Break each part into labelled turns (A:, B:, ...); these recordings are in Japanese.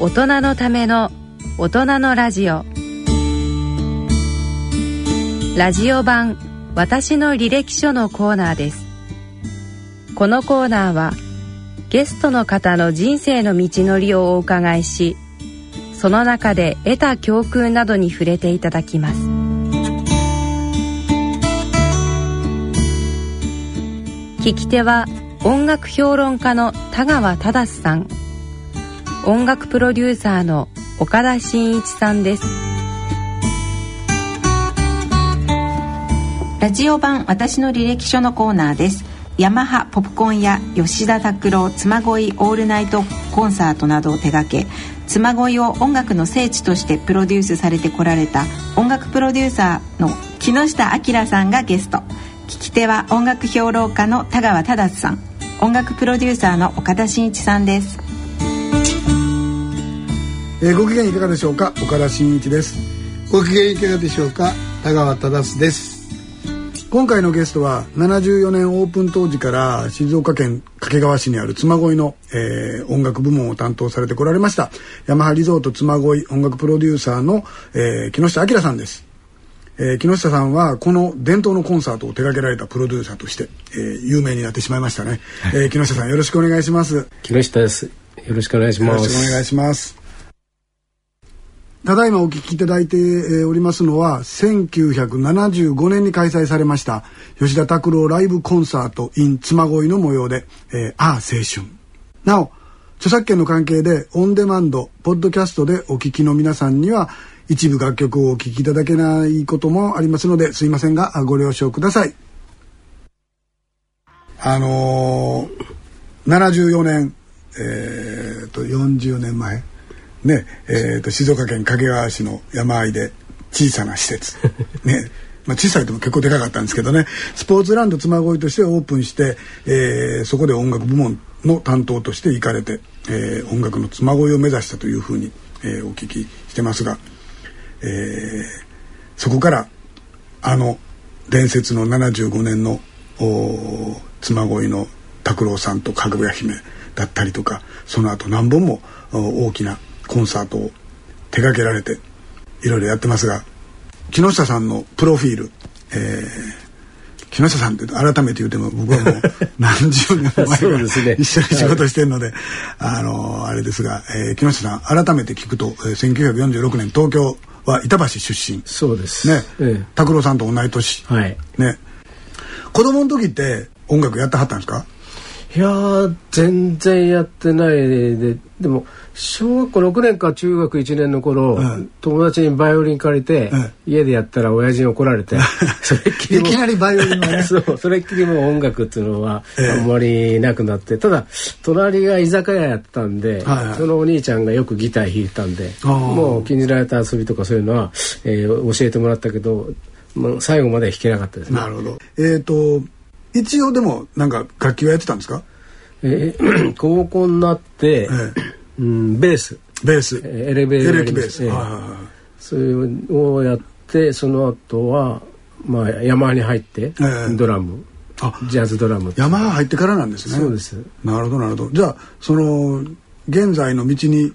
A: 大人のための大人のラジオラジオ版私の履歴書のコーナーですこのコーナーはゲストの方の人生の道のりをお伺いしその中で得た教訓などに触れていただきます聞き手は音楽評論家の田川忠さん音楽プロデューサーの岡田真一さんです
B: ラジオ版私の履歴書のコーナーですヤマハポップコーンや吉田拓郎妻恋オールナイトコンサートなどを手掛け妻恋を音楽の聖地としてプロデュースされてこられた音楽プロデューサーの木下明さんがゲスト聞き手は音楽評論家の田川忠さん音楽プロデューサーの岡田真一さんです
C: えーご機嫌いかがでしょうか岡田真一です
D: ご機嫌いかがでしょうか田川忠です
C: 今回のゲストは74年オープン当時から静岡県掛川市にある妻恋の、えー音楽部門を担当されてこられましたヤマハリゾート妻恋音楽プロデューサーの、えー木下明さんです、えー木下さんはこの伝統のコンサートを手掛けられたプロデューサーとして、えー有名になってしまいましたね、えー木下さんよろしくお願いします
D: 木下ですよろしくお願いし
C: よ
D: ま
C: ろし
D: す
C: くお願いします。ただいまお聞きいただいてえーおりますのは、1975年に開催されました、吉田拓郎ライブコンサート in 妻恋の模様で、えーああ青春。なお、著作権の関係で、オンデマンド、ポッドキャストでお聞きの皆さんには、一部楽曲をお聞きいただけないこともありますので、すいませんが、あご了承ください。あのー、74年、えー、と40年前ねえー、と静岡県掛川市の山あいで小さな施設ねまあ小さいとも結構でかかったんですけどねスポーツランド妻恋としてオープンして、えーそこで音楽部門の担当として行かれて、えー音楽の妻恋を目指したというふうに、えーお聞きしてますが、えーそこからあの伝説の75年のおー妻恋の拓郎さんとかぐや姫だったりとかその後何本もお大きなコンサートを手掛けられていろいろやってますが木下さんのプロフィール、えー木下さんって改めて言うても僕はも う何十年も前か
D: そう
C: ら
D: ですね
C: 一緒に仕事してるので、あのーあれですが、えー木下さん改めて聞くと、えー1946年東京は板橋出身
D: そうです
C: ね、
D: え
C: 拓郎さんと同い年、
D: えはい
C: ね子供の時って音楽やってはったんですか
D: いやー全然やってないででも小学校6年か中学1年の頃、
C: うん
D: 友達にバイオリン借りて、
C: うん
D: 家でやったら親父に怒ら れてそれっきり
C: い
D: もう
C: きなりバイオリンのね
D: そうそれっきりもう音楽っていうのは
C: ええ
D: あんまりなくなって、ただ隣が居酒屋やったんで、
C: はいはい
D: そのお兄ちゃんがよくギター弾いたんで
C: あー
D: もう禁じられた遊びとかそういうのは、えー教えてもらったけど、まあ、最後まで弾けなかったですね
C: な。るほどえっ、と一応でもなんか楽器はやってたんですか
D: えー 高校になって、うん、ベース、
C: ベース
D: えーエレベーター
C: エレキベース、
D: ええ
C: はいはいはい
D: それをやってその後はまあ山に入って、
C: え
D: ドラム
C: あ
D: ジャズドラム
C: 山入ってからなんですね
D: そうです
C: なるほどなるほどじゃあその現在の道に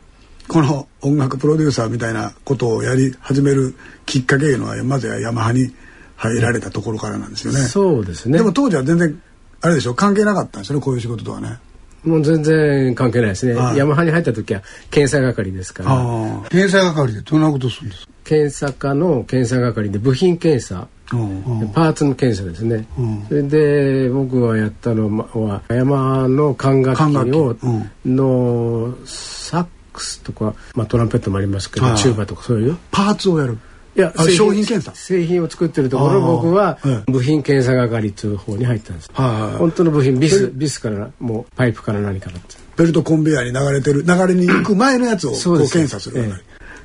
C: この音楽プロデューサーみたいなことをやり始めるきっかけいうのはまずはヤマハに入られたところからなんですよね
D: そうですね
C: でも当時は全然あれでしょ関係なかったんですよねこういう仕事とはね
D: もう全然関係ないですね、
C: はい
D: ヤマハに入った時は検査係ですから
C: あ
E: 検査係でどんなことするんですか、
D: 検査課の検査係で部品検査
C: あうん
D: パーツの検査ですね、
C: うん
D: それで僕はやったのはヤマハの管楽器を
C: 管楽
D: のサックスとか、まあ、トランペットもありますけど、
C: はい
D: チューバとかそういう
C: パーツをやる
D: いや
C: あ
D: 製
C: 商品検査
D: 製品を作ってるところ
C: あー
D: 僕は
C: ええ
D: 部品検査係という方に入ったんです
C: はい
D: 本当の部品ビスビスからもうパイプから何からって
C: ベルトコンベヤーに流れてる流れに行く前のやつをこ
D: そう
C: う
D: です
C: 検査する
D: ええ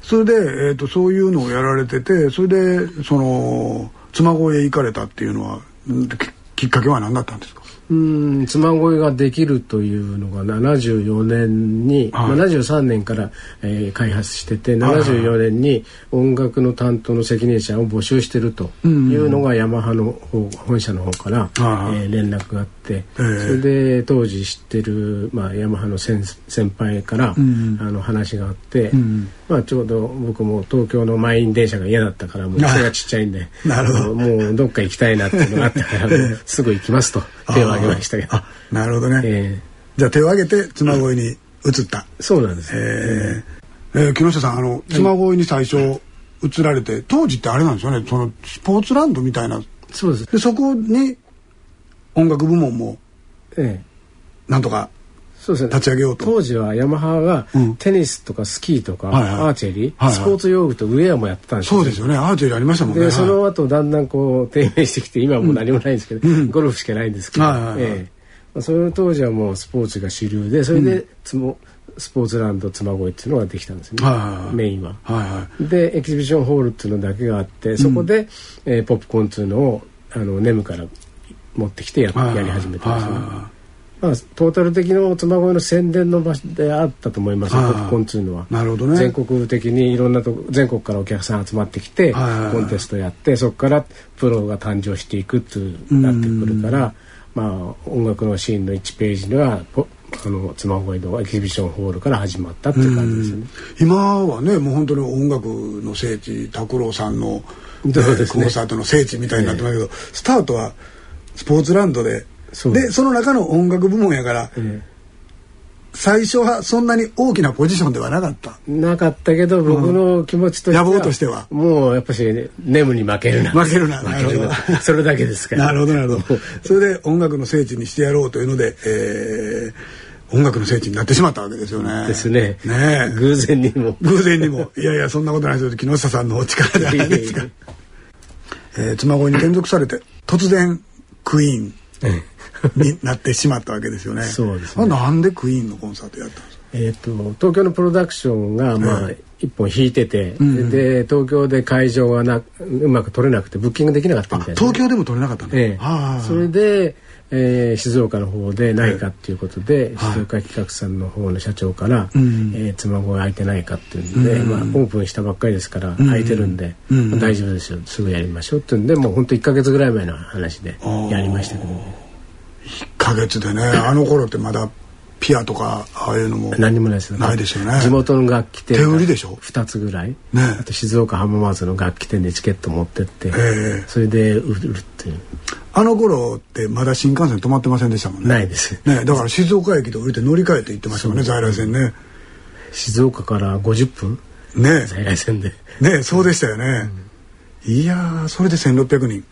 C: それで、えー、とそういうのをやられててそれでその妻越へ行かれたっていうのはんききっかけは何だったんですか
D: うん妻恋ができるというのが74年に、
C: はい
D: まあ73年から、えー開発してて
C: はいはい
D: 74年に音楽の担当の責任者を募集してるというのがヤマハの方本社の方から、
C: はいはい
D: えー連絡があって。って、
C: ええ
D: それで当時知ってる、まあ、ヤマハの先先輩から、
C: うん
D: あの話があって、
C: うん
D: まあ、ちょうど僕も東京の満員電車が嫌だったからもう背がちっちゃいんで
C: なるほど
D: もうどっか行きたいなっていうの があったからもうすぐ行きますと手を挙げましたけど、
C: あなるほどね、
D: え
C: じゃあ手を挙げて妻恋に移った、
D: えそうなんです、
C: えーえー木下さんあの妻恋に最初移られて当時ってあれなんですよねそのスポーツランドみたいな
D: そうです、
C: でそこに音楽部門も
D: ええ、
C: なんとか
D: そうですね
C: 立ち上げようと
D: 当時はヤマハが
C: うん
D: テニスとかスキーとか、
C: はいはい
D: アーチェリー、
C: はいはい
D: スポーツ用具とウェアもやってたんですよ
C: そうですよねアーチェリーありましたもんね
D: で、
C: はい
D: その後だんだんこう低迷してきて今はもう何もないんですけど、ゴルフしかないんですけど、
C: はいはいはい
D: ええまあその当時はもうスポーツが主流でそれでつも、スポーツランド妻恋っていうのができたんですね、
C: はいはいはい
D: メインは。
C: はいはい
D: でエキシビションホールっていうのだけがあってそこで、えーポップコーンっていうのをあのネムから持ってきてややり始めたんですね。
C: は
D: まあ、トータル的な妻恋の宣伝の場所であったと思いますよ
C: ああ
D: ポップコーンっていうのは。
C: なるほどね
D: 全国的にいろんなとこ全国からお客さん集まってきて
C: はいはいはい
D: コンテストやってそこからプロが誕生していくっていうなってくるから、まあ、音楽のシーンの1ページにはポあの妻恋のエキシビションホールから始まったっていう感じですよね。
C: 今はねもう本当に音楽の聖地拓郎さんの、
D: そうですね
C: コンサートの聖地みたいになってますけど、スタートはスポーツランドで
D: そう
C: でその中の音楽部門やから、
D: ええ
C: 最初はそんなに大きなポジションではなかった
D: なかったけど僕の気持ちとしては、
C: 野望としては
D: もうやっぱし、ネムに負けるな
C: 負けるななるほど
D: それだけですから
C: なるほどなるほど それで音楽の聖地にしてやろうというので、えー音楽の聖地になってしまったわけですよね
D: ですね
C: ねえ
D: 偶然にも
C: 偶然にもいやいやそんなことないですよ木下さんのお力 じゃないですか
D: いえい
C: えー妻恋に転属されて突然クイーンになってしまったわけですよね
D: そうですね
C: あなんでクイーンのコンサートやったんですか
D: えー、と東京のプロダクションが、まあ一本引いてて、で東京で会場がなうまく取れなくてブッキングできなかった
C: あ
D: みたいな、
C: 東京でも取れなかったんだ、
D: ええ
C: ああ
D: それで、えー静岡の方でないかっていうことで、
C: はい
D: 静岡企画さんの方の社長から「
C: うん
D: えー妻子が空いてないか」っていうんで、まあ、オープンしたばっかりですから空いてるんで、
C: うん
D: まあ大丈夫ですよすぐやりましょう」っていうんでもう本当1か月ぐらい前の話で
C: あー
D: やりましたけどね
C: 1ヶ月でねあの頃ってまだピアとかああいうのも
D: 何にもないですよ
C: ないですよね
D: 地元の楽器店
C: 手売りでしょ
D: 2つぐらい、
C: え
D: あと静岡浜松の楽器店でチケット持ってって、
C: ええ
D: それで売るっていう
C: あの頃ってまだ新幹線止まってませんでしたもんね
D: ないです
C: ねだから静岡駅で降りて乗り換えて行ってましたもんね在来線ね
D: 静岡から50分
C: ね
D: 在来線で
C: ねそうでしたよね、いやーそれで1600人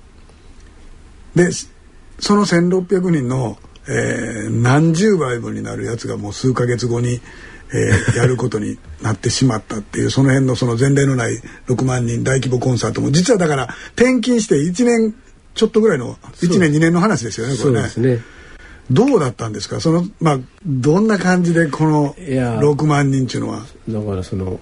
C: でしその1600人の、えー何十倍分になるやつがもう数ヶ月後に、え ーやることになってしまったっていうその辺のその前例のない6万人大規模コンサートも実はだから転勤して1年ちょっとぐらいの1年2年の話ですよねこ
D: そ
C: れ
D: う
C: ね
D: ですね
C: どうだったんですかそのまあどんな感じでこの
D: いやー
C: 6万人っていうのは
D: だからその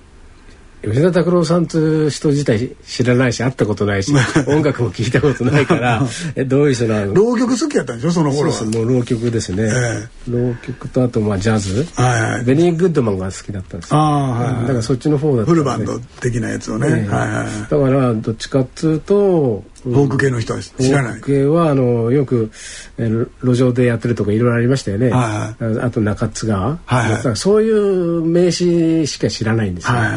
D: 吉田拓郎さんという人自体知らないし会ったことな いし音楽も聞いたことないからえどういう人なの
C: 浪曲好きやったんでしょその
D: そう
C: 頃
D: で
C: は
D: すもう浪曲ですね、
C: え
D: 浪曲とあとまあジャズ、
C: はいはい
D: ベニー・グッドマンが好きだったんですよ
C: ああはいはい
D: だからそっちの方だっ
C: フ
D: たんで
C: ルバンド的なやつをね、
D: ええ
C: はいはいはい
D: だからどっちかっつうと
C: フォーク系の人は知らない
D: 僕はあのよくえー路上でやってるとこいろいろありましたよね、
C: は
D: あと中津川、
C: はいはい
D: だからそういう名詞しか知らないんですよ、
C: はい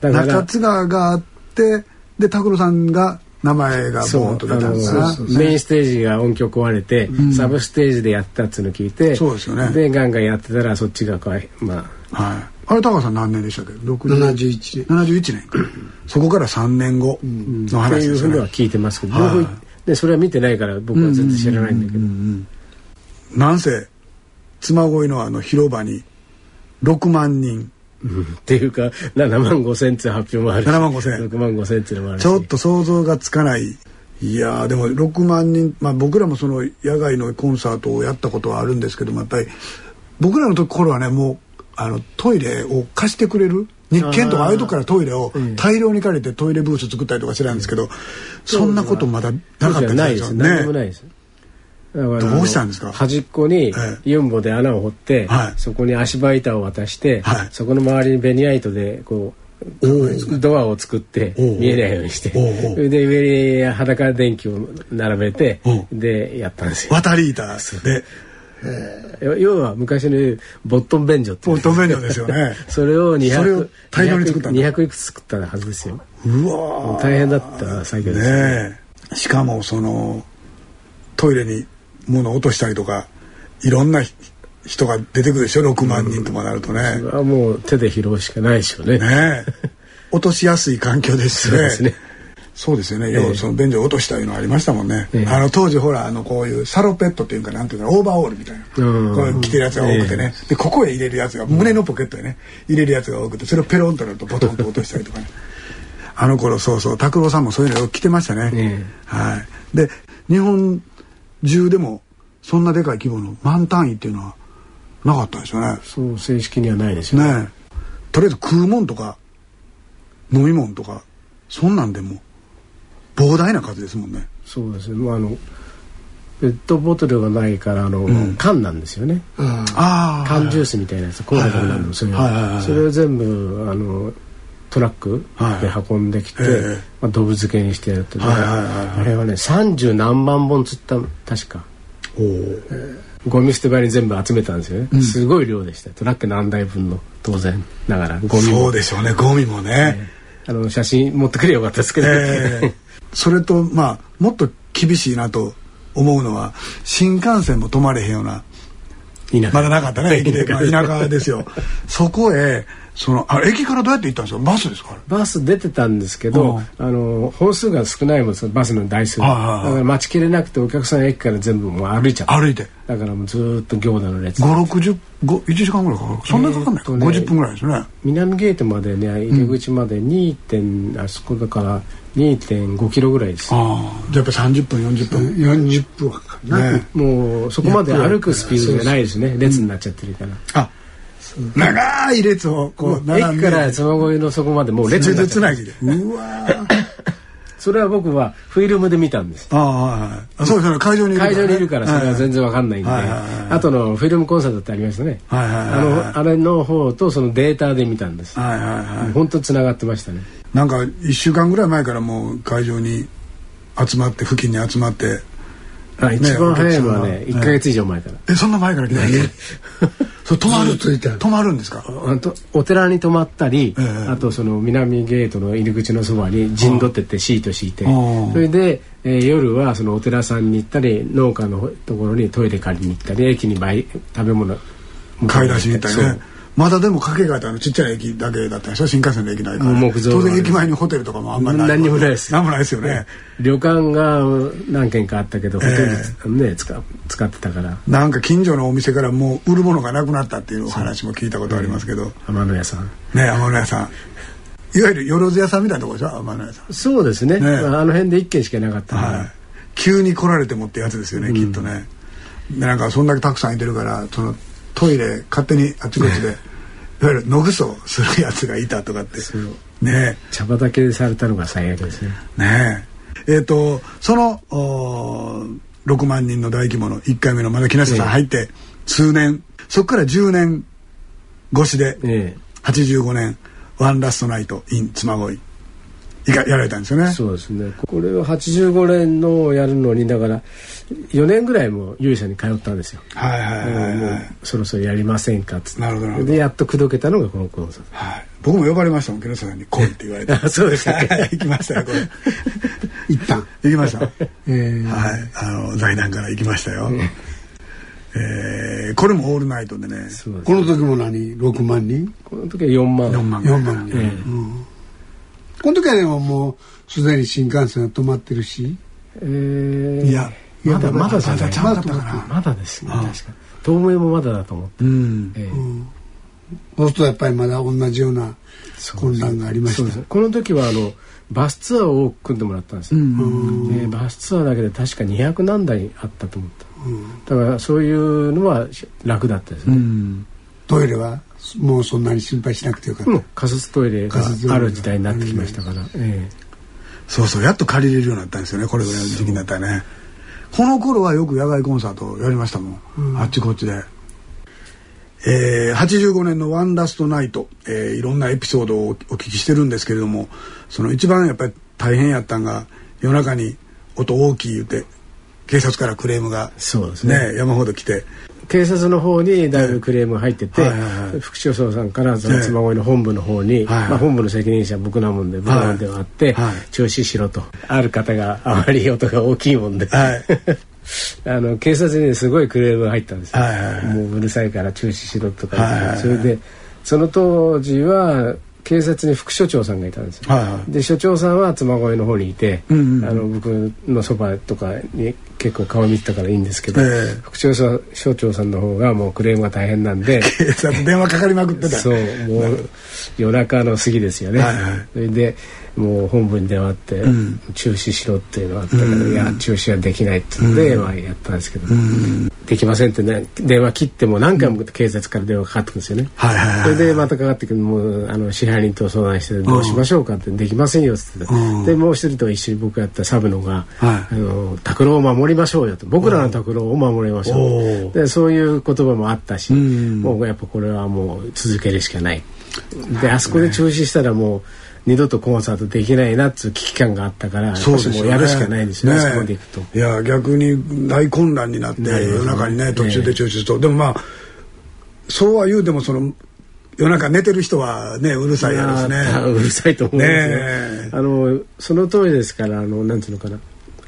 D: だから
C: 中津川があってで拓郎さんが名前が
D: そう
C: ボーンと出たんです
D: あ
C: が
D: のメインステージが音響壊れて、サブステージでやったっつうの聞いて
C: そうですよね
D: ガンガンやってたらそっちがこうまあ
C: はい、あれ高橋さん何年でしたっけ60
E: 71年
C: 71年かそこから3年後の
D: って
C: 話
D: い
C: で
D: うふ
C: す
D: うに
C: よ
D: は
C: ね
D: 聞いてますけど、
C: はい
D: 僕でそれは見てないから僕は全然知らないんだけど、
C: なんせ妻恋のあの広場に6万人
D: っていうか7万5千っていう発表もあるし
C: 7万5000
D: 6万5千っていうのもあるし
C: ちょっと想像がつかないいやーでも6万人、まあ、僕らもその野外のコンサートをやったことはあるんですけどもやっぱり僕らのところはねもうあのトイレを貸してくれる日券とかああいうとこからトイレを大量に借りてトイレブース作ったりとかしてたんですけど、そんなことまだなかった
D: じゃ
C: り
D: ないですす
C: るん
D: 何も
C: よ
D: ない
C: ね。
D: ですだから
C: どうしたんですか
D: あの端っこに
C: ええ
D: ユンボで穴を掘って、
C: はい
D: そこに足場板を渡して、
C: はい
D: そこの周りにベニヤ板でこうドアを作って
C: おうおう
D: 見えないようにして
C: おうおう
D: それで上に裸電球を並べて
C: おう
D: でやったんですよ
C: 渡り板で
D: 要要は昔の言うボットン便所って
C: ボットン便所ですよね
D: それを200
C: それを大量に作ったんだ
D: 200いくつ作ったはずですよ
C: うわ
D: もう
C: ー
D: 大変だった作業ですよね
C: ねえしかもそのトイレに物を落としたりとかいろんなひ人が出てくるでしょ6万人とかなるとね、
D: それはもう手で拾うしかないでしょうね
C: ねえ落としやすい環境ですし
D: そうですね
C: そうですよね、要はその便所を落としたいうのありましたもんね、
D: ええ
C: あの当時ほらあのこういうサロペットっていうかなんていうかオーバーオールみたいな、
D: うん
C: こう着てるやつが多くてね、でここへ入れるやつが胸のポケットへね入れるやつが多くてそれをペロンとなるとボトンと落としたりと かねあの頃そうそう拓郎さんもそういうのよく着てましたね、
D: ええ
C: はいで日本中でもそんなでかい規模の満単位っていうのはなかったですよね
D: そう正式にはないですよね
C: ねえとりあえず食うもんとか飲み物とかそんなんでも膨大な数ですもんね
D: そうですねまああのペットボトルがないからあの、缶なんですよね
C: ああ
D: 缶ジュースみたいなやつコーラとかなんでもそういう
C: はいはいはいは
D: の
C: い
D: それを全部あのトラック
C: はい
D: で運んできて、
C: ええ
D: まあ、ドブ漬けにしてやるってね、
C: はいはいはいはい
D: あれはね三十何万本釣った確か
C: おお
D: ゴミ捨て場に全部集めたんですよね、すごい量でしたよトラック何台分の当然ながらゴミ
C: そ
D: も
C: うでしょうねゴミもね、
D: あの写真持ってくればよかったですけど、
C: ええそれとまあもっと厳しいなと思うのは新幹線も止まれへんようない
D: いな
C: まだなかったね 駅で、まあ、田舎ですよそこへそのあ駅からどうやって行ったんですかバスですかあれ
D: バス出てたんですけ
C: うん、
D: どあの本数が少ないもんですバスの台数が
C: はいはいはい
D: だから待ちきれなくてお客さん駅から全部もう歩いちゃった
C: 歩いて
D: だからもうずーっと行田の列
C: 560 1時間ぐらいかかるそんなにかかんないか、
D: えーっとね
C: 50分ぐらいですね
D: 南ゲートまでね入り口まで 2. 点、あそこだから2.5キロぐらいです
C: ああじゃあやっぱ30分40分
E: 40分はかかるな、
C: ね
D: もうそこまで歩くスピードじゃないですね列になっちゃってるから、
C: あ長い列をこう並ん
D: 駅
C: で
D: からつまごいのそこまでもう列
C: 列
D: になっ
C: 々
D: ち
C: つ
D: ゃ
C: な
D: って
C: ぎでうわー
D: それは僕はフィルムで見たんです
C: ああはいはいあそうですね会場にいるから
D: 会
C: ね
D: 場にいるからそれは全然わかんないんで、
C: はいはいはい
D: あとのフィルムコンサートってありましたね、
C: はいはいはいはい
D: あのあれの方とそのデータで見たんです、
C: はいはいはいはい
D: 本当つながってましたね
C: なんか1週間ぐらい前からもう会場に集まって付近に集まって
D: あ一番早いのは
C: お
D: ね
C: 客さんは
D: 1か月以上前から、
C: えそんな前から来たんですか それ止まる
E: ずっといた
C: 止まるんですか
D: あとお寺に泊まったり、
C: ええ
D: あとその南ゲートの入り口のそばに陣取ってってシート敷いて
C: うん
D: それで、えー夜はそのお寺さんに行ったり農家のところにトイレ借りに行ったり駅に買い食べ物
C: 買い出しに行ったり
D: そう
C: ねまだでも掛け替えたあのちっちゃい駅だけだったでしょ新幹線の駅ないから、
D: もう木造の
C: 当然駅前にホテルとかもあんまりない
D: 何にもないです
C: 何もないですよね
D: 旅館が何軒かあったけどほとんど、
C: え
D: ね使使ってたから
C: なんか近所のお店からもう売るものがなくなったっていうお話も聞いたことありますけど、
D: 天野屋さん
C: ね天野屋さんいわゆるよろず屋さんみたいなとこでしょ天野屋さん
D: そうですね
C: ね
D: まあ、あの辺で1軒しかなかったから、
C: はい急に来られてもってやつですよね、きっとねでなんかそんだけたくさんいてるからそのトイレ勝手にあちこ ちでいわゆる野ぐそするやつがいたとかって
D: そう
C: ね
D: 茶畑でされたのが最悪ですね
C: えねええっ、とそのおー6万人の大規模の1回目のまだ木下さん入って数年そこから10年越しで
D: え
C: 85年「ワンラストナイト・イン・つまごい」いかやられたんですよ
D: え
C: ね
D: そうですねこれを85年のをやるのにだから4年ぐらいも勇者に通ったんですよ、
C: はいはいはい
D: もう
C: は
D: も
C: いう
D: そろそろやりませんかっつって
C: なるほどなるほど
D: でやっと口説けたのがこのコンサート
C: はい、僕も呼ばれましたもん木下さんに「来い」って言われて
D: あ そうでしたっけ
C: はい行きましたよこ れ
E: 一旦
C: 行きましたはい
E: えー
C: あの財団から行きましたよえー、これもオールナイトでね
D: そうです
E: この時も何6万人
D: この時は4万
C: 4万
E: 4万人、
D: ええ
E: うん、この時はでももうすでに新幹線が止まってるし
D: えー
C: いや
D: まだまだじゃ
C: ま
D: な
C: だ
D: い
C: ちゃんとだったか
D: まだですね
C: ああ
D: 確か透明もまだだと思って、
C: らうん
D: ええ
E: そうするとやっぱりまだ同じような混乱がありま
D: そ
E: し
D: うです
E: た
D: ねこの時はあのバスツアーを多く組んでもらったんですよ、でバスツアーだけで確か200何台あったと思った、だからそういうのはし楽だったです
C: う
D: ね、
C: ん
E: トイレはもうそんなに心配しなくてよかった、
D: もう仮設トイレが
E: 仮設トイレが
D: ある時代になってきましたから、え
C: そうそうやっと借りれるようになったんですよねこれぐらいの時期になったらねこの頃はよく野外コンサートをやりましたもん、あっちこっちでえー85年の「ワンラストナイト」えーいろんなエピソードをお聞きしてるんですけれどもその一番やっぱり大変やったんが夜中に音大きい言うて警察からクレームが
D: そうですね
C: ね山ほど来て
D: 警察の方にだいぶクレームが入ってて、
C: はいはいはい
D: 副署長さんからそ
C: え
D: の
C: え
D: 妻恋の本部の方
C: はいは
D: に、
C: い
D: まあ、本部の責任者は僕なもんで僕なんではあって、
C: はい
D: 中止しろとある方があまり音が大きいもんで、
C: はい
D: あの警察にすごいクレームが入ったんですよ、
C: はいはいはい
D: もううるさいから中止しろとか言って、
C: はいはいはい
D: それでその当時は警察に副署長さんがいたんですよ、
C: はいはい
D: で所長さんは妻越の方にいて、
C: うんうんうん
D: あの僕のそばとかに結構顔見てたからいいんですけど、
C: ええ
D: 副長さん所長さんの方がもうクレームが大変な んで
C: 警察電話かかりまくってた
D: そうもう夜中の過ぎですよね、
C: はいはい
D: それでもう本部に電話あって、
C: うん
D: 中止しろっていうのがあったから、いや中止はできないって言って、まあ、やったんですけど、できませんって、ね、電話切っても何回も警察から電話かかってくるんですよね、
C: はいはいはい
D: それでまたかかってくるもうあの支配人と相談してどうしましょうかって、できませんよっつってた、
C: うん
D: でもう一人と一緒に僕やったサブのが
C: はい
D: あの拓郎を守りましょうよと僕らの拓郎を守りましょう、
C: おー
D: でそういう言葉もあったし、
C: うん
D: もうやっぱこれはもう続けるしかないであそこで中止したらもう二度とコンサートできないなっつう危機感があったから
C: そうです
D: やっ
C: よね
D: ぱしもうやるしかないんですよね
C: ね
D: あそこまで行く
C: い
D: と。
C: や逆に大混乱になって
D: なりますね
C: 夜中にね
D: ね
C: 途中で中止すると、でもまあそうは言うてもその夜中寝てる人はねうるさいやろしね
D: いやーうるさいと思うんですよ、
C: ねえ
D: あのその通りですからあのなんていうのかな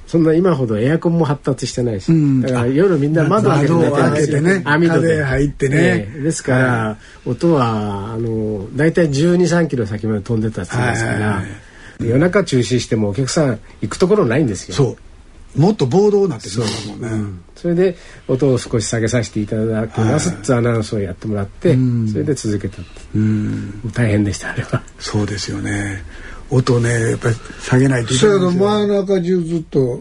D: そんな今ほどエアコンも発達してないし、
C: うん
D: だから夜みんな窓開けて
C: 窓を
D: 寝てますよ
C: 開けてね
D: 網戸で
C: 風入ってね
D: ええですから、音はあの大体1 2 3キロ先まで飛んでたって言うんですから、
C: はいはいはい
D: 夜中中止してもお客さん行くところないんですよ
C: そうもっと暴動になってしまうもんね、
D: それで音を少し下げさせていただきますっつうアナウンスをやってもらって、
C: うん
D: それで続けたって
C: うん
D: 大変でしたあれは。
C: そうですよね音ねやっぱり下げないといけ
E: そ
C: な
E: れ
C: いん
E: の
C: ですよ
E: 真ん中中ずっと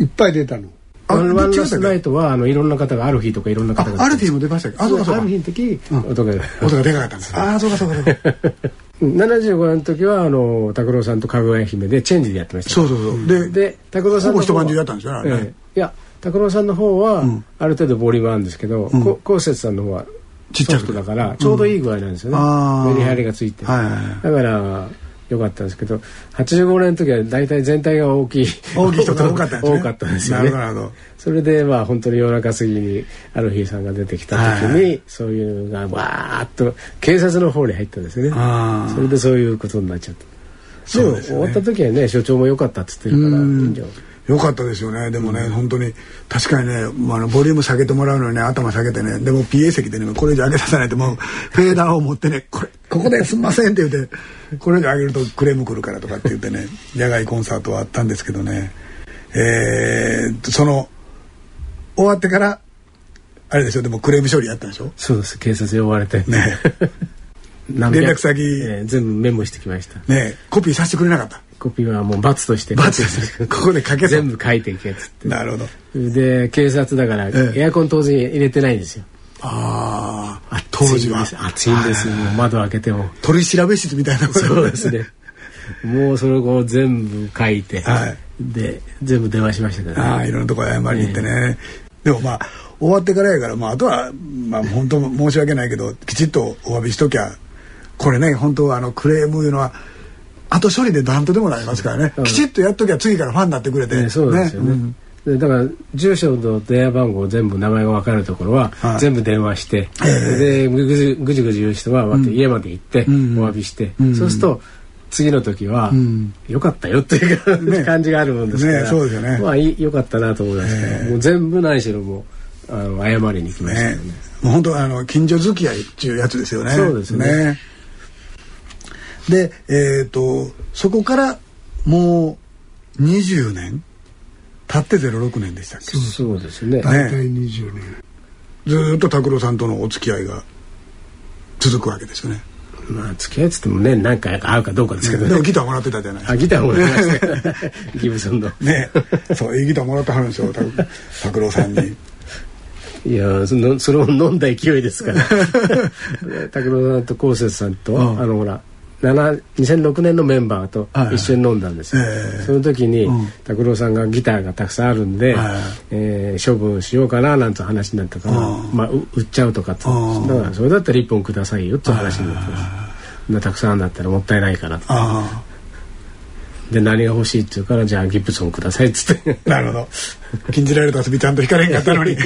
E: いっぱい出たの
C: あ
D: ワンワン
C: ど
D: ラ
C: っちだ
D: スト
C: っ
D: ナイ
C: け
D: トはあのいろんな方がある日とかいろんな方が
C: あアルフィーも出ましたっけあそうかそう
D: あ
C: か
D: る日の時、
C: うん
D: 音が
C: 音がでかかったんですああそうかそうかそうか
D: うん75年の時はあの拓郎さんとかぐや姫でチェンジでやってました
C: そうそうそうで
D: で拓郎さ
C: ほ
D: ん
C: ぼ
D: の
C: 一
D: 方は
C: 晩中やったんですよねあれね
D: ええいや拓郎さんの方は、ある程度ボリュームあるんですけど、
C: ん
D: ここうせつさんの方は
C: ちっちゃく
D: ソフトだからちょうどいい具合なんですよね、
C: あー
D: メリハリがついて、
C: はいはいはい
D: だからよかったんですけど85年の時は大体全体が大きい
C: 大きい人が多かったんですね
D: 多かったんですよ
C: なる
D: ね
C: ほどなるほど
D: それでまあ本当に夜中過ぎにアルフィーさんが出てきた時に、
C: はいは
D: そういうのがわーっと警察の方に入ったんですね
C: あー
D: それでそういうことになっちゃった
C: そうです
D: 終
C: よ
D: わ
C: ね
D: った時はね所長も良かったっつってるからいいんじゃない
C: よかったですよねでもね、本当に確かにね、まあ、あのボリューム下げてもらうのにね頭下げてねでも PA 席でねこれ以上上げさせないとも うフェーダーを持ってねこれここですんませんって言ってこれ以上上げるとクレーム来るからとかって言って ね野外コンサートはあったんですけどねえー、その終わってからあれでしょでもクレーム処理やったんでしょ
D: そうです警察呼ばれて
C: ね
D: 連
C: 連絡先
D: 全部メモしてきました
C: ねコピーさせてくれなかった
D: コピーはもう罰として
C: 罰としてここで書けと
D: 全部書いていけっつって
C: なるほど
D: で警察だから
C: ええ
D: エアコン当然入れてないんですよ
C: ああ当時は
D: 暑いんですよもう窓開けても
C: 取り調べ室みたいな
D: そうですね。もうそれを全部書いて、
C: はい
D: で全部電話しましたから、
C: ああいろんなところ謝りに行ってね、でもまあ終わってからやから、まあ、あとは、まあ、本当申し訳ないけどきちっとお詫びしときゃこれね本当はあのクレームいうのは後処理で何とでもなりますからね、
D: うん
C: きちっとやっときゃ次からファンになってくれて、
D: ねそうですよね。でだから住所と電話番号全部名前が分かるところは
C: はい
D: 全部電話して、でぐじぐじぐじ言う人はまた家まで行ってお
C: ん
D: 詫びして、
C: ん
D: そうすると次の時は
C: ん
D: 良かったよっていうか
C: ね
D: 感じがあるもんですから、
C: ねそうですよね
D: まあいい良かったなと思いますけど、もう全部何しろもうあの謝りに行きましたよ
C: ね
D: ね。
C: もう本当はあの近所付き合いっていうやつですよね
D: そうですね
C: でえっ、とそこからもう20年経って06年でしたっけ
D: そうですね。
C: ね
E: 大体20年、
C: ずーっと拓郎さんとのお付き合いが続くわけですよね
D: まあ付き合いっつってもね何回か会うかどうかですけど
C: でも
D: ね。
C: ギターもらってたじゃない
D: あギターもらいましたよ ギブソンの。
C: ねえそういいギターもらってはるんですよ拓拓郎 さんに
D: いやーその それを飲んだ勢いですから拓郎さんと昴生さんと、
C: うん
D: あのほら7 2006年のメンバーと一緒に飲んだんですよ、
C: はいはいええ
D: その時に
C: うん
D: 拓郎、さんがギターがたくさんあるんで、
C: はいはい
D: えー処分しようかななんて話になったから、
C: うん
D: まあ、う売っちゃうとかってだ
C: うん
D: からそれだったら1本くださいよって話になってますそんなたくさんあんだったらもったいないから
C: あ
D: で何が欲しいって言うからじゃあギプソンくださいっつって
C: あなるほど禁じられた遊びちゃんと引かれんかったのに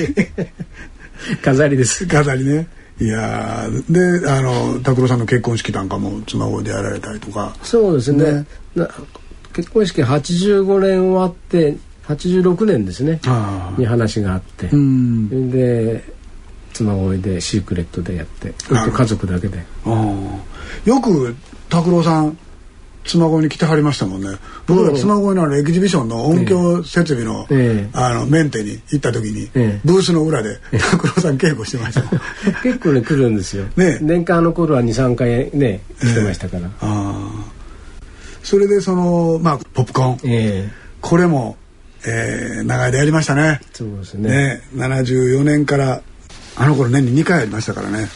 D: 飾りです
C: 飾りねいやーであの拓郎さんの結婚式なんかも妻声でやられたりとか
D: そうですね
C: ね
D: な結婚式85年終わって86年ですね
C: あ
D: に話があって、
C: うん
D: で妻恋でシークレットでやって
C: なるほど
D: 家族だ けで
C: うんよく拓郎さん妻恋に来てはりましたもんね僕ら
D: うん
C: 妻恋のあのエキシビションの音響設備の,、
D: ええ
C: あのメンテに行った時に、
D: ええ
C: ブースの裏で拓郎さん稽古してましたもん
D: 結構ね来るんですよ、
C: ね
D: 年間あの頃は23回ね来てましたから、
C: ああそれでそのまあポップコーン、
D: ええ
C: これも、えー長い間やりましたね
D: そうですね
C: ね74年からあの頃年に2回ありましたからね、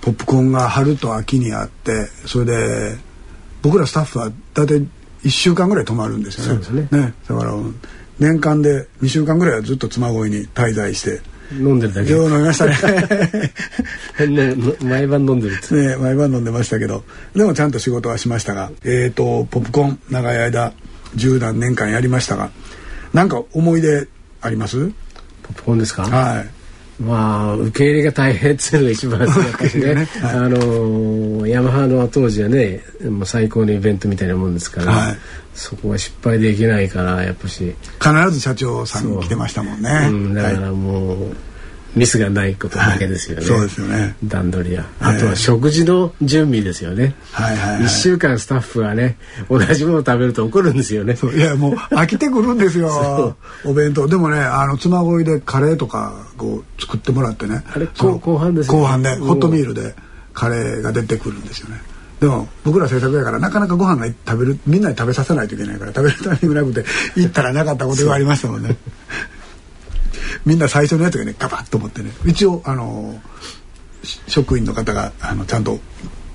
C: ポップコーンが春と秋にあってそれで僕らスタッフは大体1週間ぐらい泊まるんですよね
D: そうです
C: だから年間で2週間ぐらいはずっと妻恋に滞在して
D: 飲んでるだけ
C: よう飲みましたね
D: ね毎晩飲んでるって
C: ね毎晩飲んでましたけどでもちゃんと仕事はしましたがえっ、とポップコーン長い間10何年間やりましたがなんか思い出あります
D: ポップコーンですか
C: はい
D: まあ受け入れが大変っていうのが一番ですねやっぱり
C: ね
D: ね、
C: はい
D: あのーヤマハの当時はねもう最高のイベントみたいなもんですから、
C: はい
D: そこは失敗できないからやっぱし、
C: 必ず社長さん来てましたもんね。
D: うん、だからもう、ミスがないことだけですよね、
C: そうですよね。
D: 段取りは
C: は
D: あ
C: い
D: とは食事の準備ですよね、
C: はいはい、はい。
D: 1週間スタッフはね同じものを食べると怒るんですよね
C: そういやもう飽きてくるんですよ。お弁当でもねあの妻恋でカレーとかこう作ってもらってね。
D: あれ
C: その
D: こう後半ですよね
C: 後半ね
D: うん
C: ホットミールでカレーが出てくるんですよね。でも僕ら制作やからなかなかご飯が食べるみんなに食べさせないといけないから食べるタイミングなくて行ったらなかったことがありましたもんね。みんな最初のやつがねガバッと思ってね一応あのし職員の方があのちゃんと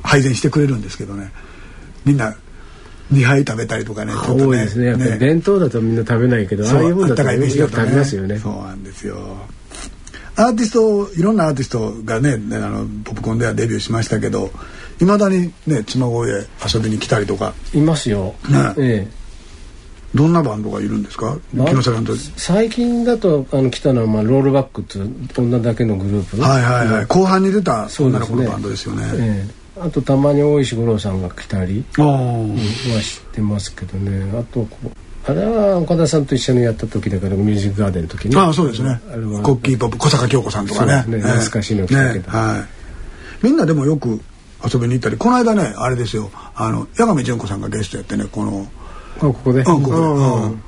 C: 配膳してくれるんですけどねみんな2杯食べたりとかねちょっと
D: 多いですねやっぱり弁当だとみんな食べないけど、ああいうもんだと
C: かい
D: よく
C: 飯だ
D: 食
C: と
D: べますよね
C: そうなんですよアーティストいろんなアーティストがねねあのポップコーンではデビューしましたけどいまだにね妻声で遊びに来たりとか
D: いますよ、
C: ね
D: ええ
C: どんなバンドがいるんですか木
D: まあ
C: 下さんと
D: 最近だとあの来たのは、まあ、ロールバックっていう女だけのグループ
C: はいはいはい後半に出た
D: そう
C: 女
D: で
C: の
D: す
C: 子
D: ね
C: のバンドですよね
D: ええあとたまに大石五郎さんが来たり
C: あー
D: は知ってますけどねあとこうあれは岡田さんと一緒にやった時だからミュージックガーデンの時ね
C: ああそうですね
D: あれは
C: コッキーポップ小坂京子さんとかね
D: そうですね
C: ええ
D: 懐かしいの来たけど
C: ねはい、みんなでもよく遊びに行ったりこの間ねあれですよあの八神純子さんがゲストやってねこの
D: あここで、
C: あここで
D: うん
C: うん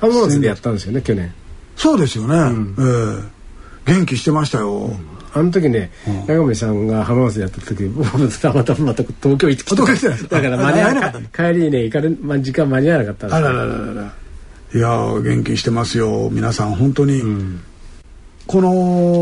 D: ハモンズでやったんですよね去年
C: そうですよね、ええ元気してましたよ、
D: あの時ね、八神さんが浜松でやった時僕たまたまた東京行ってき
C: 東京行ってたんです
D: ただから間に合
C: あ会
D: わな
C: えなかった
D: か
C: の
D: った帰りにね行かれ、まあ、時間間に合わなかったんです
C: あらららららいやー元気してますよ皆さん本当に、こ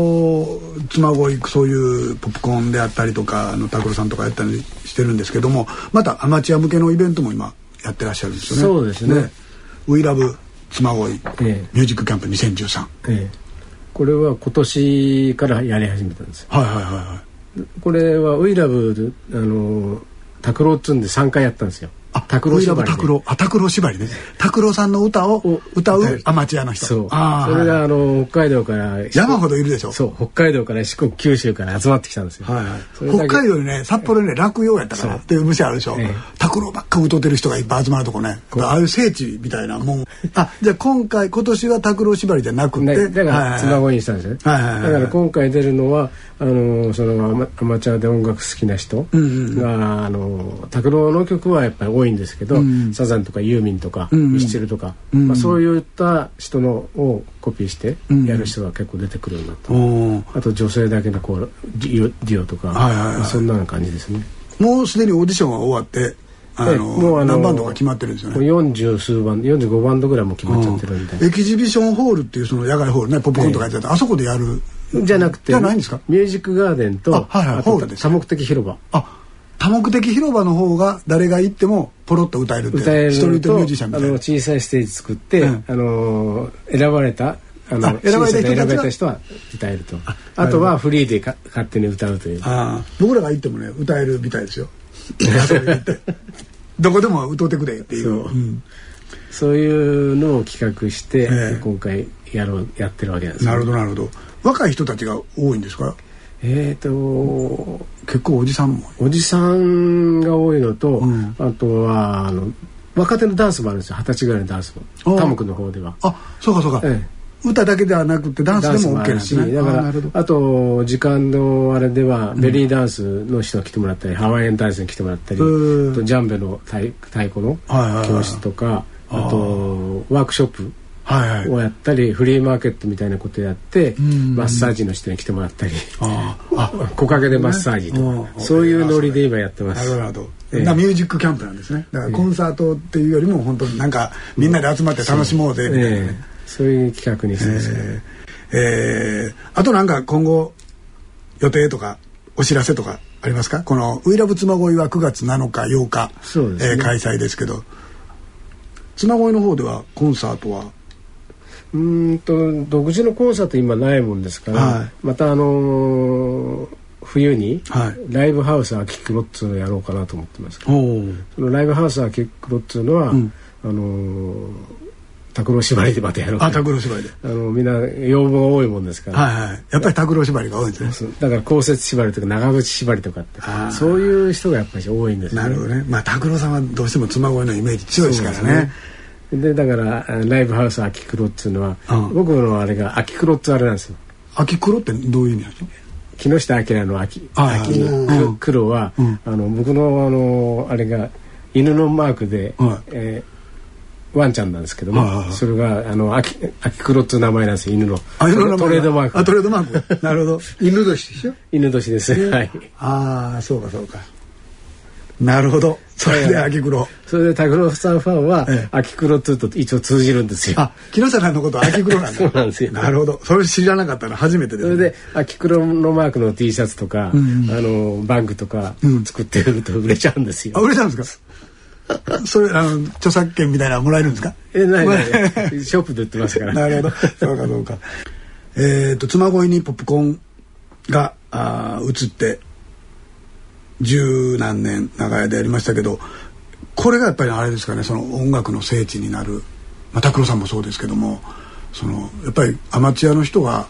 C: の妻恋そういうポップコーンであったりとかあの拓郎さんとかやったりしてるんですけどもまたアマチュア向けのイベントも今やってらっしゃるんですよね
D: そうですね
C: 「We Love 妻恋、
D: え
C: ミュージックキャンプ2013」
D: ええこれは今年からやり始めたんですよ
C: はいはいはいはい
D: これは「ウイラブ」あの拓郎っつうんで3回やったんですよ拓郎
C: We
D: 縛
C: Love
D: りで
C: 拓郎あ拓郎縛りね拓郎さんの歌を
D: お
C: 歌うアマチュアの人
D: そう
C: あー
D: それがあの北海道から
C: 山ほどいるでしょ
D: そう北海道から四国九州から集まってきたんですよ、
C: はいはい
D: それだけ
C: 北海道にね札幌にね落葉やったから
D: そう
C: っていう店あるでしょ
D: ええ
C: 拓郎ばっか歌うてる人がいっぱい集まるとこねだからああいう聖地みたいな もんあじゃあ今回今年は拓郎縛りじゃなくて
D: ね、だか
C: はいはいは
D: ら
C: い
D: 妻恋にしたんですよね、
C: はいはいはいはい
D: だから今回出るのはあのそのアマアマチュアで音楽好きな人が、あの拓郎の曲はやっぱり多いんですけど、サザンとかユーミンとか、ミスチルとか、まあ、そういった人のをコピーしてやる人が結構出てくるようになった、
C: うん
D: あと女性だけのこうデュオデュオとか、
C: はいはいはい
D: まあそんな感じですね
C: もうすでにオーディションは終わってあ
D: ええもう
C: の
D: あの
C: 何バンドか決まってるんですよ
D: もう
C: ね
D: 40数バンド45バンドぐらいもう決まっちゃってるみたいな、
C: エキシビションホールっていうその野外ホールねポップコーンとかやってたあそこでやる
D: じゃなくて
C: じゃないんですか
D: ミュージックガーデンと
C: あはいはい
D: あと
C: ホールです
D: 多目的広場
C: あ多目的広場の方が誰が行ってもポロッと歌えるって
D: 歌
C: い
D: え
C: う
D: る
C: ストリートミュージシャンみ
D: あ
C: たい
D: の
C: な
D: 小さいステージ作って、
C: うん
D: あの選ばれたあの
C: あ選ばれた人たちが
D: 審査で選ばれた人は歌えるとあとはフリーでか勝手に歌うという
C: ああ僕らが行ってもね歌えるみたいですよ 遊びに行ってどこでも歌うてくれっていう
D: そうそういうのを企画し
C: え
D: て、
C: え
D: 今回やろうやってるわけなんです
C: なるほどなるほど若い人たちが多いんですか
D: えっ、と
C: 結構おじさんも
D: おじさんが多いのと、
C: うん
D: あとはあの若手のダンスもあるんですよ二十歳ぐらいのダンス
C: お
D: も
C: う
D: 多目の方では。
C: あそうかそうか、
D: ええ
C: 歌だけではなくてダンスでも OK なんですね
D: だか
C: ああな
D: ら
C: るほど
D: あと時間のあれではベリーダンスの人が来てもらったり、ハワイアンダンスに来てもらったり、
C: へー
D: あとジャンベの太太鼓の
C: はいはいはい
D: 教室とか、あとワークショップ
C: はいはい
D: をやったり、フリーマーケットみたいなことやって、
C: ん
D: マッサージの人に来てもらったり、
C: あああ
D: 木陰でマッサージとか、
C: うん
D: そういうノリで今やってま
C: なるほ
D: す
C: どな。るほ
D: え
C: ど
D: え
C: なミュージックキャンプなんですねだからコンサートっていうよりも本当になんかみんなで集まって楽しもうぜみたいなね、
D: ええそういう企画にしてますね、
C: えーえーあとなんか今後予定とかお知らせとかありますかこの「ウイラブ妻恋」は9月7日8日、
D: そうですね
C: えー開催ですけど妻恋の方ではコンサートは
D: うーんと独自のコンサート今ないもんですから、
C: はい
D: またあのー冬に
C: はい
D: ライブハウス秋黒っつうのやろうかなと思ってますけどそのライブハウス秋黒っつうのは、
C: うん
D: あのー拓郎縛りでまたやろうか
C: あ
D: な
C: 拓郎縛りで
D: あのみんな要望が多いもんですから、
C: はいはいやっぱり拓郎縛りが多いんですね
D: そうだから公設縛りとか長渕縛りとかって
C: あー
D: そういう人がやっぱり多いんですよ
C: なるほどねまあ拓郎さんはどうしても妻恋のイメージ強いですから
D: そうです
C: ね
D: ねでだからあライブハウス秋黒っつうのは、
C: うん
D: 僕のあれが秋黒っつうあれなんですよ
C: 秋黒ってどういう意味なんですか
D: 木下明の秋
C: あ
D: 秋
C: う
D: の
C: ん
D: 黒黒は、
C: うん
D: あの僕のあのあれが犬のマークで、
C: はい
D: えーワンちゃんなんですけども、
C: はいはいはい
D: それがあの秋秋黒っつう名前なんですよ犬の
C: あ色々名前が
D: トレードマ
C: あ
D: ー
C: ト
D: ク
C: レードマークなるほど
E: 犬年でしょ
D: 犬年です、はい
C: ああそうかそうかなるほどそれで秋黒
D: それで拓郎さんファンは、
C: ええ
D: 秋黒っつうと一応通じるんですよ
C: あ、木下さんのことは秋黒なんだ。
D: そうなんですよ
C: なるほど。それ知らなかったの初めてで
D: そ
C: す、ね。
D: れで秋黒のマークの T シャツとか、あのバッグとか
C: うん
D: 作って売ると売れちゃうんですよ、
C: あ、売れたんですかそれ、あの、著作権みたいなのもらえるんですか
D: えないないないショップで売ってますから
C: なるほど。そうかそうか。えっと、妻恋にポップコーンが、あー映って、十何年長い間やりましたけど、これがやっぱりあれですかね、その音楽の聖地になる、まあ、拓郎さんもそうですけども、その、やっぱりアマチュアの人が、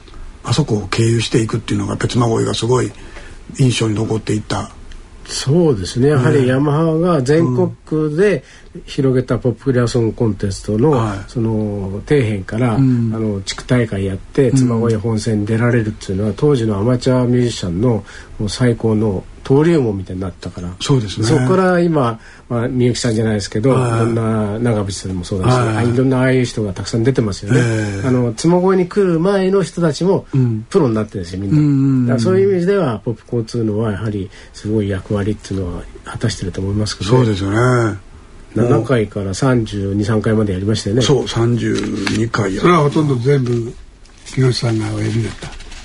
C: あそこを経由していくっていうのが、やっぱり妻恋がすごい印象に残っていった。
D: そうですねやはりヤマハが全国区で広げたポップクリアソングコンテストの、
C: はい
D: その底辺から、
C: ん
D: あの地区大会やって妻恋本戦に出られるっていうのは、当時のアマチュアミュージシャンのもう最高の登竜門みたいになったから
C: そうですね
D: そこから今、まあ、みゆきさんじゃないですけど、
C: はい
D: いろんな長渕さんもそうだし、
C: はい
D: い、ろんなああいう人がたくさん出てますよね、
C: ええ
D: あの妻恋に来る前の人たちもプロになってるんですよみんな、
C: うん
D: だからそういう意味ではポップコーン2のはやはりすごい役割っていうのは果たしてると思いますけど、
C: そうですよね。
D: 7回から323回までやりましたよね
C: そう、32回や
E: それはほとんど全部木下さんがおやりになっ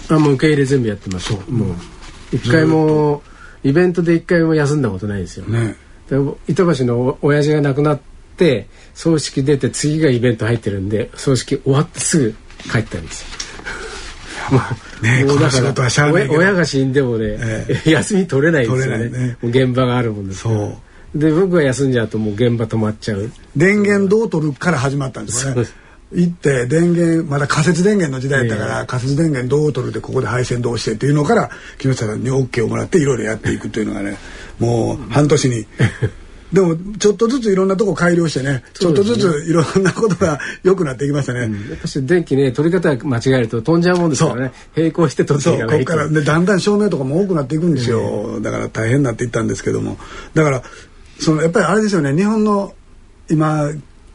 E: た
D: あもう受け入れ全部やってますもう一回もイベントで一回も休んだことないですよ、
C: ね。
D: で板橋のお親父が亡くなって葬式出て次がイベント入ってるんで葬式終わってすぐ帰ったんですよ。
C: ね
D: もう
C: この
D: だ
C: 仕
D: から
C: 事はしゃあないけど
D: 親親が死んでもね、
C: え
D: 休み取れないんですよね
C: 取れないね
D: もう現場があるもんですから
C: そう
D: で僕が休んじゃうともう現場止まっちゃう
C: 電源どう取るから始まったんですよ
D: そ
C: ね
D: うです
C: 行って電源まだ仮設電源の時代だから、仮設電源どう取るでここで配線どうしてっていうのから木下さんに OK をもらっていろいろやっていくというのがねもう半年 にでもちょっとずついろんなとこ改良してねちょっとずついろんなことが良くなっていきましたね、
D: やっぱし電気ね取り方間違えると飛んじゃうもんですからね並行して取って
C: そ
D: いうか
C: こ
D: な
C: こ
D: いと
C: からでだんだん照明とかも多くなっていくんですよ、だから大変になっていったんですけどもだからそのやっぱりあれですよね日本の今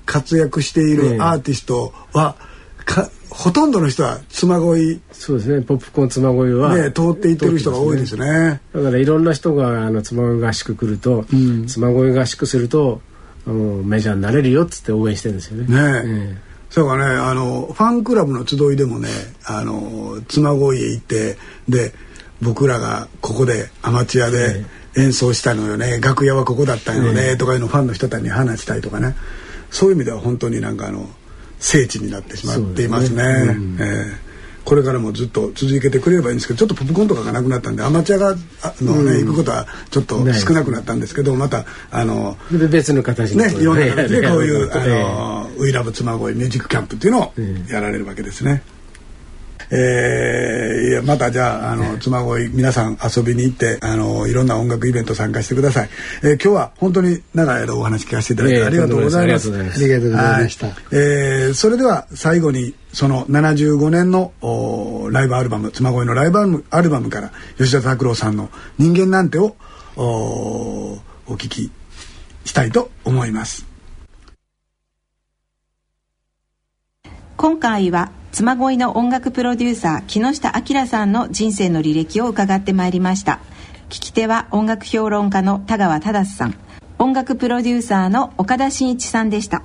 C: 活躍してい
D: ええ
C: るアーティストは、かほとんどの人は妻恋
D: そうですねポップコーン妻恋は、
C: で通っていってる人が多いですね。
D: だからいろんな人があの妻恋合宿来ると、妻恋合宿するとあのメジャーになれるよっつって応援してるんですよね。
C: ねえ
D: え
C: そうかねあのファンクラブの集いでもねあの妻恋へ行ってで僕らがここでアマチュアで、え
E: 演奏したのよね楽屋はここだったよね、とかいうのをファンの人たちに話したいとかねそういう意味では本当になんかあの聖地になってしまっていますね
D: そうですね
E: ええこれからもずっと続けてくれればいいんですけどちょっとポップコーンとかがなくなったんでアマチュアがあの、ね行くことはちょっと少なくなったんですけどまたあの
D: で別の形に
E: ね、いろんな 形でこういう、あ
D: ええ
E: のウイラブつまごいミュージックキャンプっていうのをやられるわけですね。えーいやまたじゃああのつまごい皆さん遊びに行ってあのいろんな音楽イベント参加してください、えー今日は本当に長い間お話聞かせていただい
D: え
E: て
D: え
E: ありがとうございま
D: とんでもない
E: す
D: で
C: ありがとうございました
E: はいえーそれでは最後にその75年のおーライブアルバム「つまごい」のライブアルバムアルバムから吉田拓郎さんの「人間なんてを」おーお聞きしたいと思います。
B: 今回は妻恋の音楽プロデューサー木下明さんの人生の履歴を伺ってまいりました聞き手は音楽評論家の田川忠さん音楽プロデューサーの岡田真一さんでした